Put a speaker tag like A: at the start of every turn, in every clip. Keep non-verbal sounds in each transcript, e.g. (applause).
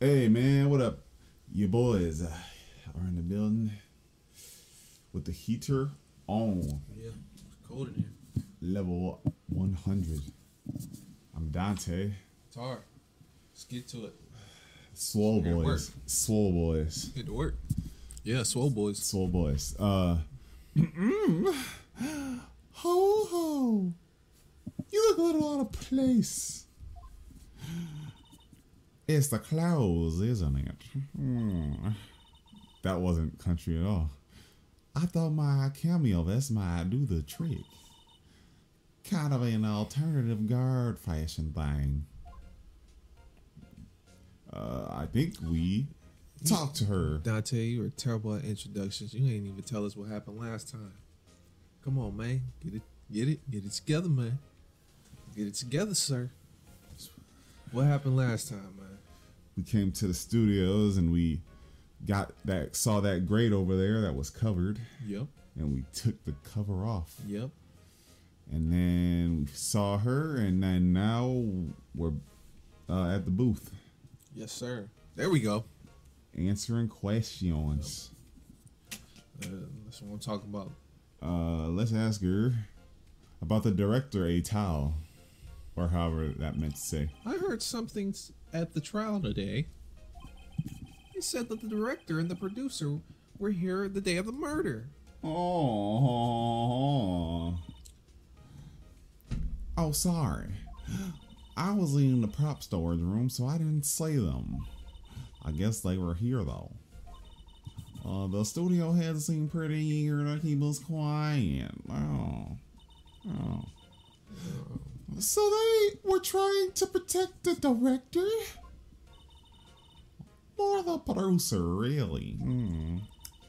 A: Hey man, what up? Your boys uh, are in the building with the heater on
B: Yeah, it's cold in here.
A: level 100. I'm Dante.
B: It's hard. Let's get to it.
A: Swole
B: You're at
A: boys.
B: work.
A: Swole boys.
B: Get to work. Yeah, swole boys.
A: Swole boys. Uh Ho ho. You look a little out of place. It's the clouds, isn't it? Hmm. That wasn't country at all. I thought my cameo that's my do the trick. Kind of an alternative guard fashion thing. Uh, I think we talked to her.
C: Dante, you were terrible at introductions. You ain't even tell us what happened last time. Come on, man. Get it get it get it together, man. Get it together, sir. What happened last time, man?
A: we came to the studios and we got that saw that grate over there that was covered
C: Yep.
A: and we took the cover off
C: Yep.
A: and then we saw her and then now we're uh, at the booth
C: Yes, sir. There we go.
A: answering questions
C: Uh, that's what I'm talking about.
A: uh, let's ask her about the director Atal or however that meant to say
C: I heard something s- at the trial today. They said that the director and the producer were here the day of the murder.
A: Oh. Oh, sorry. I was in the prop storage room, so I didn't see them. I guess they were here, though. Uh, the studio head seemed pretty eager to keep us quiet. Oh. Oh. So they were trying to protect the director? More the producer, really. Hmm.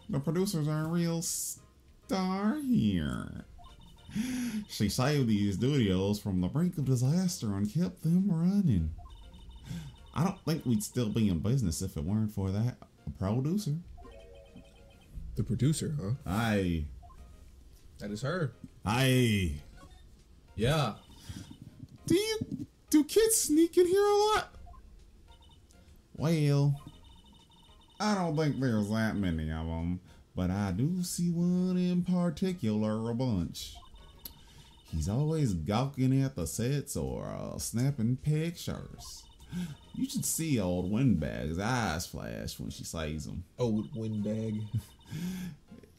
A: The producers are a real star here. She saved these studios from the brink of disaster and kept them running. I don't think we'd still be in business if it weren't for that producer.
C: The producer, huh?
A: Aye.
C: That is her.
A: Aye.
C: Yeah.
A: Do you do kids sneak in here a lot? Well, I don't think there's that many of them, but I do see one in particular a bunch. He's always gawking at the sets or uh, snapping pictures. You should see old Windbag's eyes flash when she sees him.
C: Old (laughs) windbag.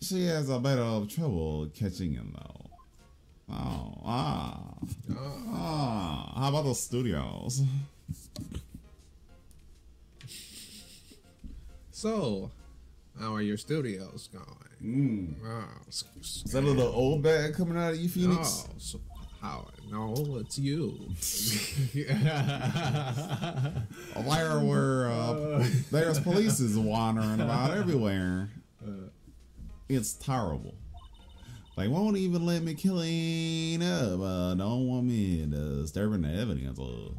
A: She has a bit of trouble catching him though. Oh, ah. Ah, how about the studios?
C: So, how are your studios going?
A: Mm.
C: Oh, s- s-
A: Is that a little old bag coming out of you, Phoenix?
C: oh, so how? No, it's (laughs) you.
A: There were uh, there's police is wandering about everywhere. It's terrible. They won't even let me clean up. Uh, don't want me disturbing the evidence. Uh,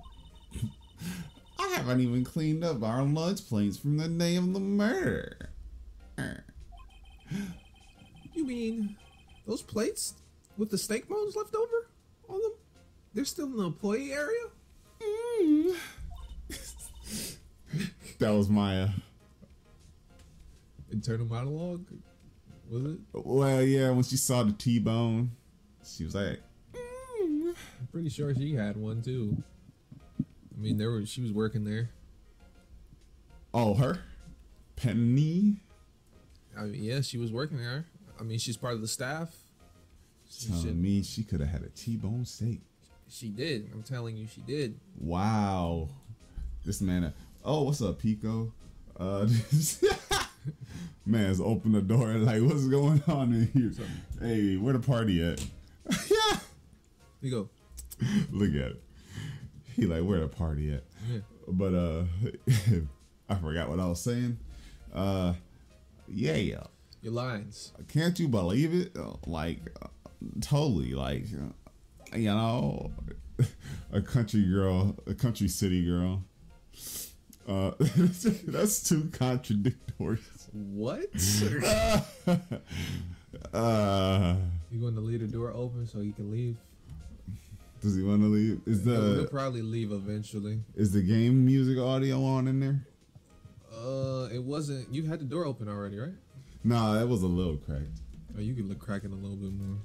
A: (laughs) I haven't even cleaned up our lunch plates from the day of the murder. Er.
C: you mean those plates with the steak bones left over on them? They're still in the employee area.
A: That was my. Uh,
C: Internal monologue, was it?
A: well, yeah. When she saw the T-bone, she was like,
C: I'm pretty sure she had one too. I mean, there was she was working there.
A: "Oh, her, Penny."
C: I mean, yeah, she was working there. I mean, she's part of the staff. She,
A: Telling
C: should-
A: me she could have had a T-bone steak.
C: she did. I'm telling you, she did.
A: Wow. This man. uh, Oh, what's up, Pico? Uh, (laughs) man's opened the door like, what's going on in here? Hey, where the party at?
C: You go.
A: Look at it. He like, where the party at?
C: Yeah.
A: But uh, (laughs) I forgot what I was saying. Uh, yeah, yeah.
C: Your lines.
A: can't you believe it? Uh, Like, uh, totally. Like, uh, you know, (laughs) a country girl, a country city girl. Uh, (laughs) that's too contradictory.
C: What?
A: Uh,
C: you going to leave the door open so you can leave?
A: does he want to leave? Is
C: We'll
A: the
C: probably leave eventually.
A: is the game music audio on in there?
C: Uh, it wasn't. You had the door open already, right?
A: Nah, that was a little cracked.
C: Oh, you could look cracking a little bit more.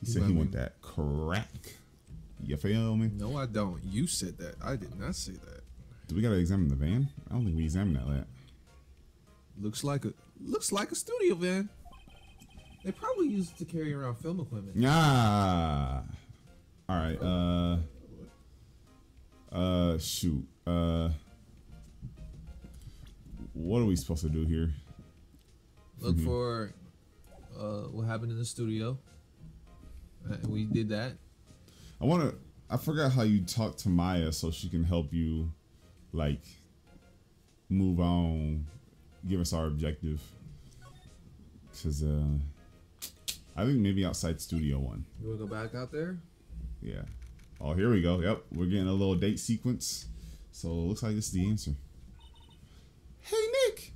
A: He
C: You
A: said
C: might
A: he
C: be-
A: want that crack. You feel me?
C: No, I don't. You said that. I did not say that.
A: Do we gotta examine the van? I don't think we examined that. yet.
C: Looks like a looks like a studio van. They probably used it to carry around film equipment.
A: Ah. All right. Uh. Uh. Shoot. Uh. What are we supposed to do here?
C: Look for uh, what happened in the studio. Uh, we did that.
A: I want to. I forgot how you talk to Maya so she can help you, like, move on, give us our objective. Cause uh, I think maybe outside studio one.
C: You wanna go back out there?
A: Yeah. Oh, here we go. Yep, we're getting a little date sequence. So it looks like this is the answer. Hey, Nick.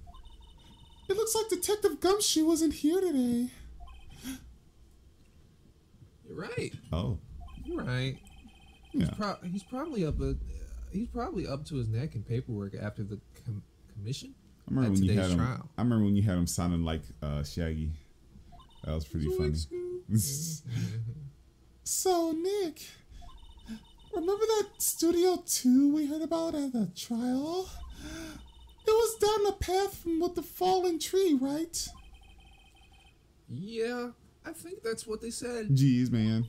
A: It looks like Detective Gumshoe wasn't here today.
C: You're right.
A: Oh,
C: You're right.
A: yeah.
C: He's, prob- he's probably up. A, he's probably up to his neck in paperwork after the com- commission.
A: I remember
C: at
A: when you
C: today's
A: had him.
C: trial.
A: I remember when you had him sounding like uh, Shaggy. That was pretty funny. (laughs) so Nick, remember that Studio Two we heard about at the trial? It was down the path from with the fallen tree, right?
C: Yeah, I think that's what they said.
A: Jeez, man.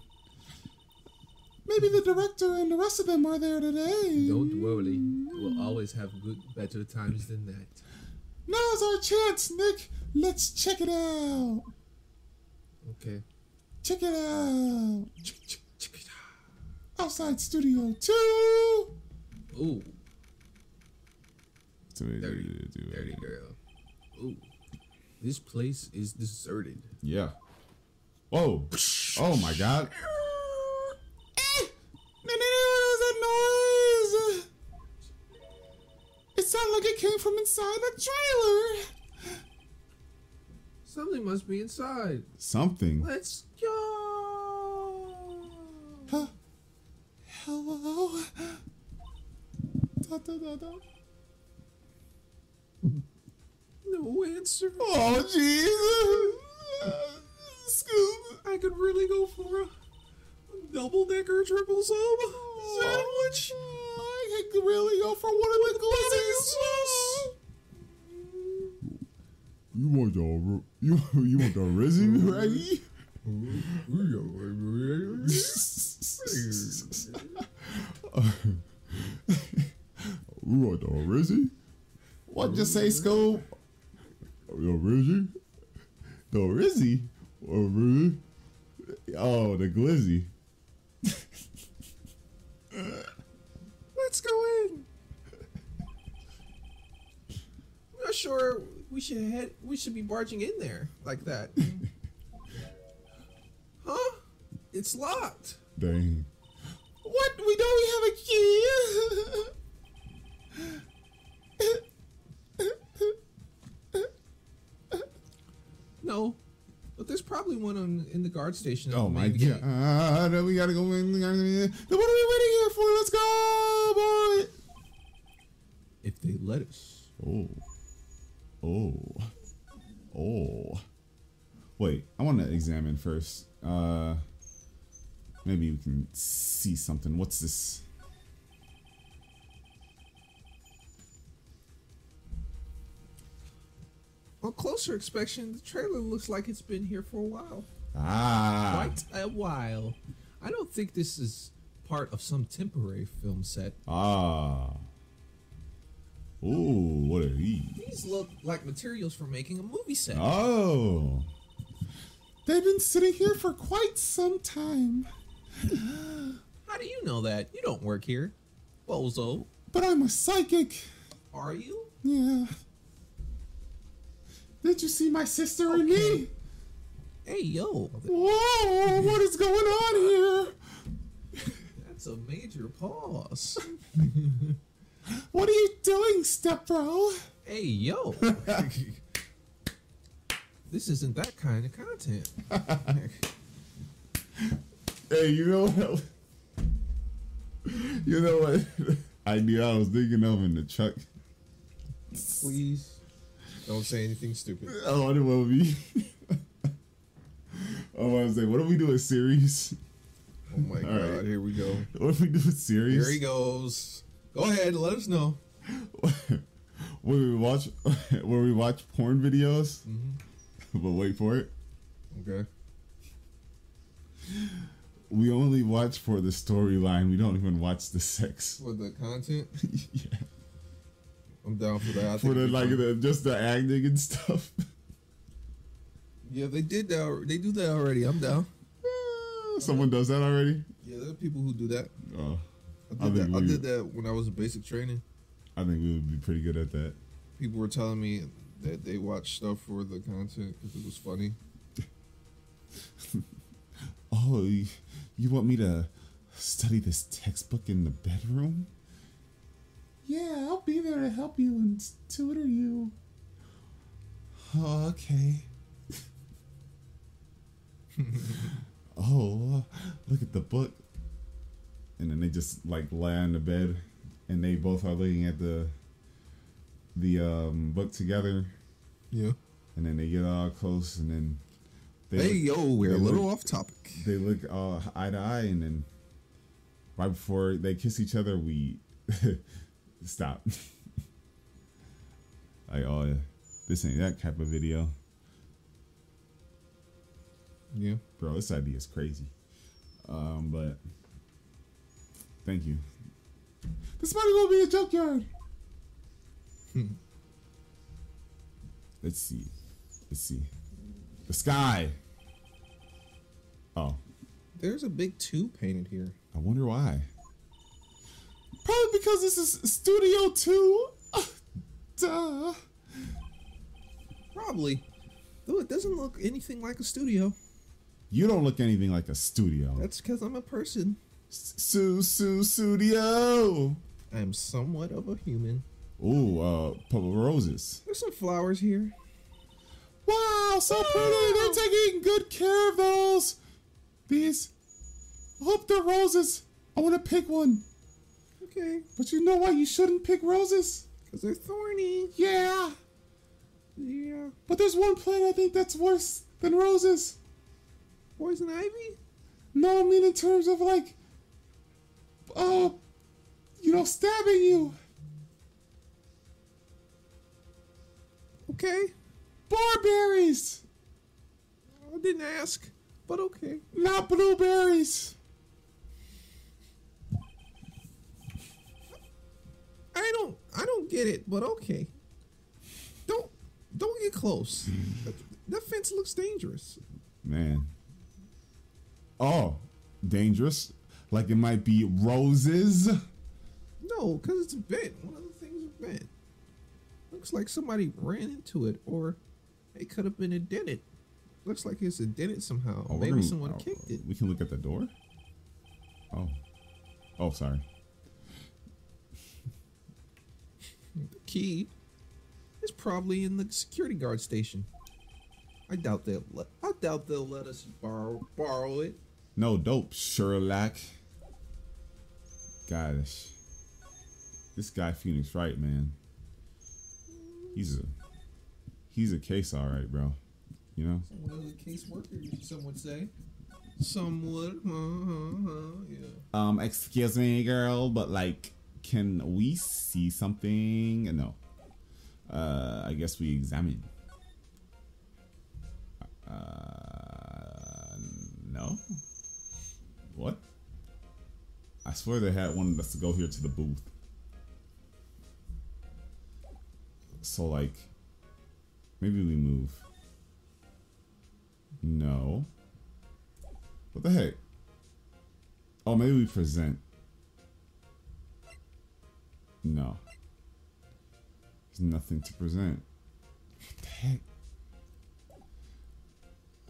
A: Maybe the director and the rest of them are there today.
C: Don't worry, we'll always have good, better times than that.
A: Now's our chance, Nick. Let's check it out.
C: Okay.
A: Check it out. Outside Studio 2.
C: Ooh, Dirty, dirty girl. Ooh, this place is deserted.
A: Yeah. Whoa. Oh my god. Eh! that noise? It sounded like it came from inside the trailer.
C: Something must be inside.
A: Something.
C: Let's go.
A: Huh? Hello? Da, da, da, da.
C: No answer.
A: Oh, Jesus! Scoop!
C: I could really go for a double decker triple sub sandwich.
A: I could really go for one of the glizzies! You want the you you want the risen Reggie? (laughs) we want the risen. What you say, Scoop? The risen, the rizzy, or Rizzy? Oh, the glizzy.
C: Let's go in. I'm not sure we should head. We should be barging in there like that. huh? It's locked.
A: Dang. What? We don't have a key.
C: No, but there's probably one on in the guard station.
A: oh my
C: Maybe.
A: god! Uh, we gotta go in. Then what are we waiting here for? Let's go,
C: If they let us.
A: boy! Oh, oh, oh! Wait, I want to examine first. Uh, maybe we can see something. What's this?
C: On closer inspection, the trailer looks like it's been here for a while.
A: Ah,
C: Quite a while. I don't think this is part of some temporary film set.
A: ah. Ooh, what are these?
C: These look like materials for making a movie set.
A: Oh. They've been sitting here for quite some time,
C: How do you know that? You don't work here. Bozo,
A: but I'm a psychic.
C: are you?
A: Yeah. Did you see my sister and me?
C: Hey, yo,
A: Whoa, what is going on here?
C: that's a major pause.
A: What are you doing, (laughs) stepbro?
C: hey, yo. this isn't that kind of content.
A: Hey, you know what? You know what idea I was thinking of in the truck?
C: (laughs) Please don't say anything stupid.
A: Oh, I know what we. (laughs) oh, I was like, what if we do a series?
C: Oh my
A: All
C: god,
A: right.
C: here we go.
A: What if we do a series?
C: Here he goes. Go ahead, let us know.
A: where we watch, (laughs) where we watch porn videos,
C: Mhm.
A: but wait for it.
C: Okay.
A: We only watch for the storyline. We don't even watch the sex.
C: For the content,
A: (laughs) yeah.
C: I'm down for that. I
A: For
C: think
A: the
C: it'd be
A: like (laughs)
C: fun.
A: the, just the acting and stuff. (laughs)
C: Yeah, they did that. alre- They do that already. I'm down.
A: Someone does that already.
C: Yeah, there are people who do that.
A: Oh,
C: I
A: I
C: did,
A: think
C: that. I
A: we-
C: did that when I was in basic training.
A: I think we would be pretty good at that.
C: People were telling me that they watched stuff for the content because it was funny.
A: Oh, you, you want me to study this textbook in the bedroom? Yeah, I'll be there to help you and tutor you. Oh, okay. (laughs) oh, look at the book. And then they just like lie on the bed, and they both are looking at the the um, book together.
C: Yeah.
A: And then they get all close, and then they
C: Hey, yo, we're a
A: they
C: little
A: look-
C: off topic.
A: they look uh, eye to eye, and then right before they kiss each other, we (laughs) stop. (laughs) like, oh, yeah, this ain't that type of video,
C: Yeah.
A: bro. This idea is crazy. Um, but thank you. This might gonna be a junkyard. (laughs) Let's see. Let's see. The sky. Oh.
C: There's a big two painted here.
A: I wonder why. Probably because this is Studio 2. Duh.
C: Probably. Though it doesn't look anything like a studio.
A: You don't look anything like a studio.
C: That's because I'm a person.
A: Su Su Studio.
C: I am somewhat of a human.
A: Ooh, uh, purple roses.
C: There's some flowers here.
A: Wow, so pretty. They're taking good care of those. These. Hope they're roses. I want to pick one.
C: Okay,
A: But you know why you shouldn't pick roses?
C: because they're thorny.
A: Yeah.
C: Yeah.
A: But there's one plant I think that's worse than roses.
C: Poison ivy?
A: No, I mean in terms of like, uh, you know, stabbing you.
C: Okay.
A: Barberries,
C: I didn't ask, but okay.
A: not blueberries.
C: I don't I don't get it, but okay. Don't don't
A: (laughs)
C: get close. That, that fence looks dangerous.
A: Man. Oh, dangerous. Like it might be roses.
C: No, because it's bent. One of the things is bent. Looks like somebody ran into it, or it could have been indented. Looks like it's indented somehow.
A: Oh, we're
C: Maybe
A: gonna-
C: someone
A: oh,
C: kicked it.
A: We can look at the door. Oh. Oh, sorry.
C: The key is probably in the security guard station. I doubt they'll let. I doubt they'll let us borrow borrow it.
A: No dope, Sherlock. Gosh. This guy Phoenix Wright, man. He's a he's a case alright, bro. You know?
C: One of the case workers, some would say. Some would. Uh, uh, uh, yeah.
A: Um, excuse me, girl, but like, can we see something? No. Uh, I guess we examine. Uh, no. What? I swear they had wanted us to go here to the booth. So like, maybe we move. No. What the heck? Oh, maybe we present. No. There's nothing to present. What the heck?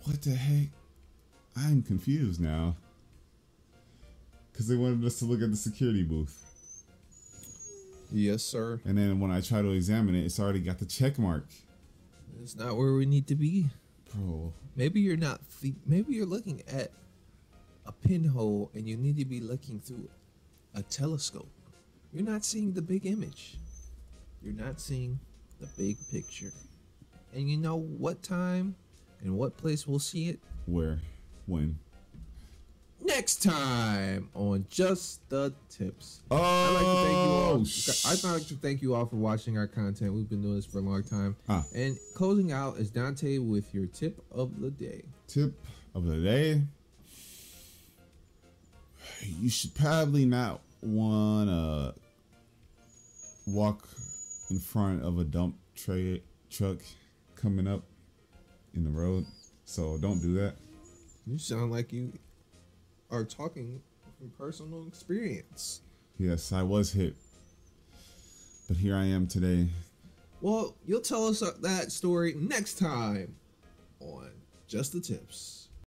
A: What the heck? I'm confused now. Because they wanted us to look at the security booth.
C: Yes, sir.
A: And then when I try to examine it, it's already got the check mark.
C: It's not where we need to be.
A: Bro.
C: Maybe you're not. Th- maybe you're looking at a pinhole, and you need to be looking through a telescope. You're not seeing the big image. You're not seeing the big picture. And you know what time and what place we'll see it?
A: Where? When?
C: Next time on Just the Tips.
A: Oh,
C: I'd like to thank you all.
A: sh-
C: I'd like to thank you all for watching our content. We've been doing this for a long time.
A: Ah.
C: And closing out is Dante with your tip of the day.
A: tip of the day. You should probably not want to walk in front of a dump tra- truck coming up in the road. So don't do that.
C: You sound like you are talking from personal experience.
A: Yes, I was hit. But here I am today.
C: uh, Well, you'll tell us that story next time on Just the Tips.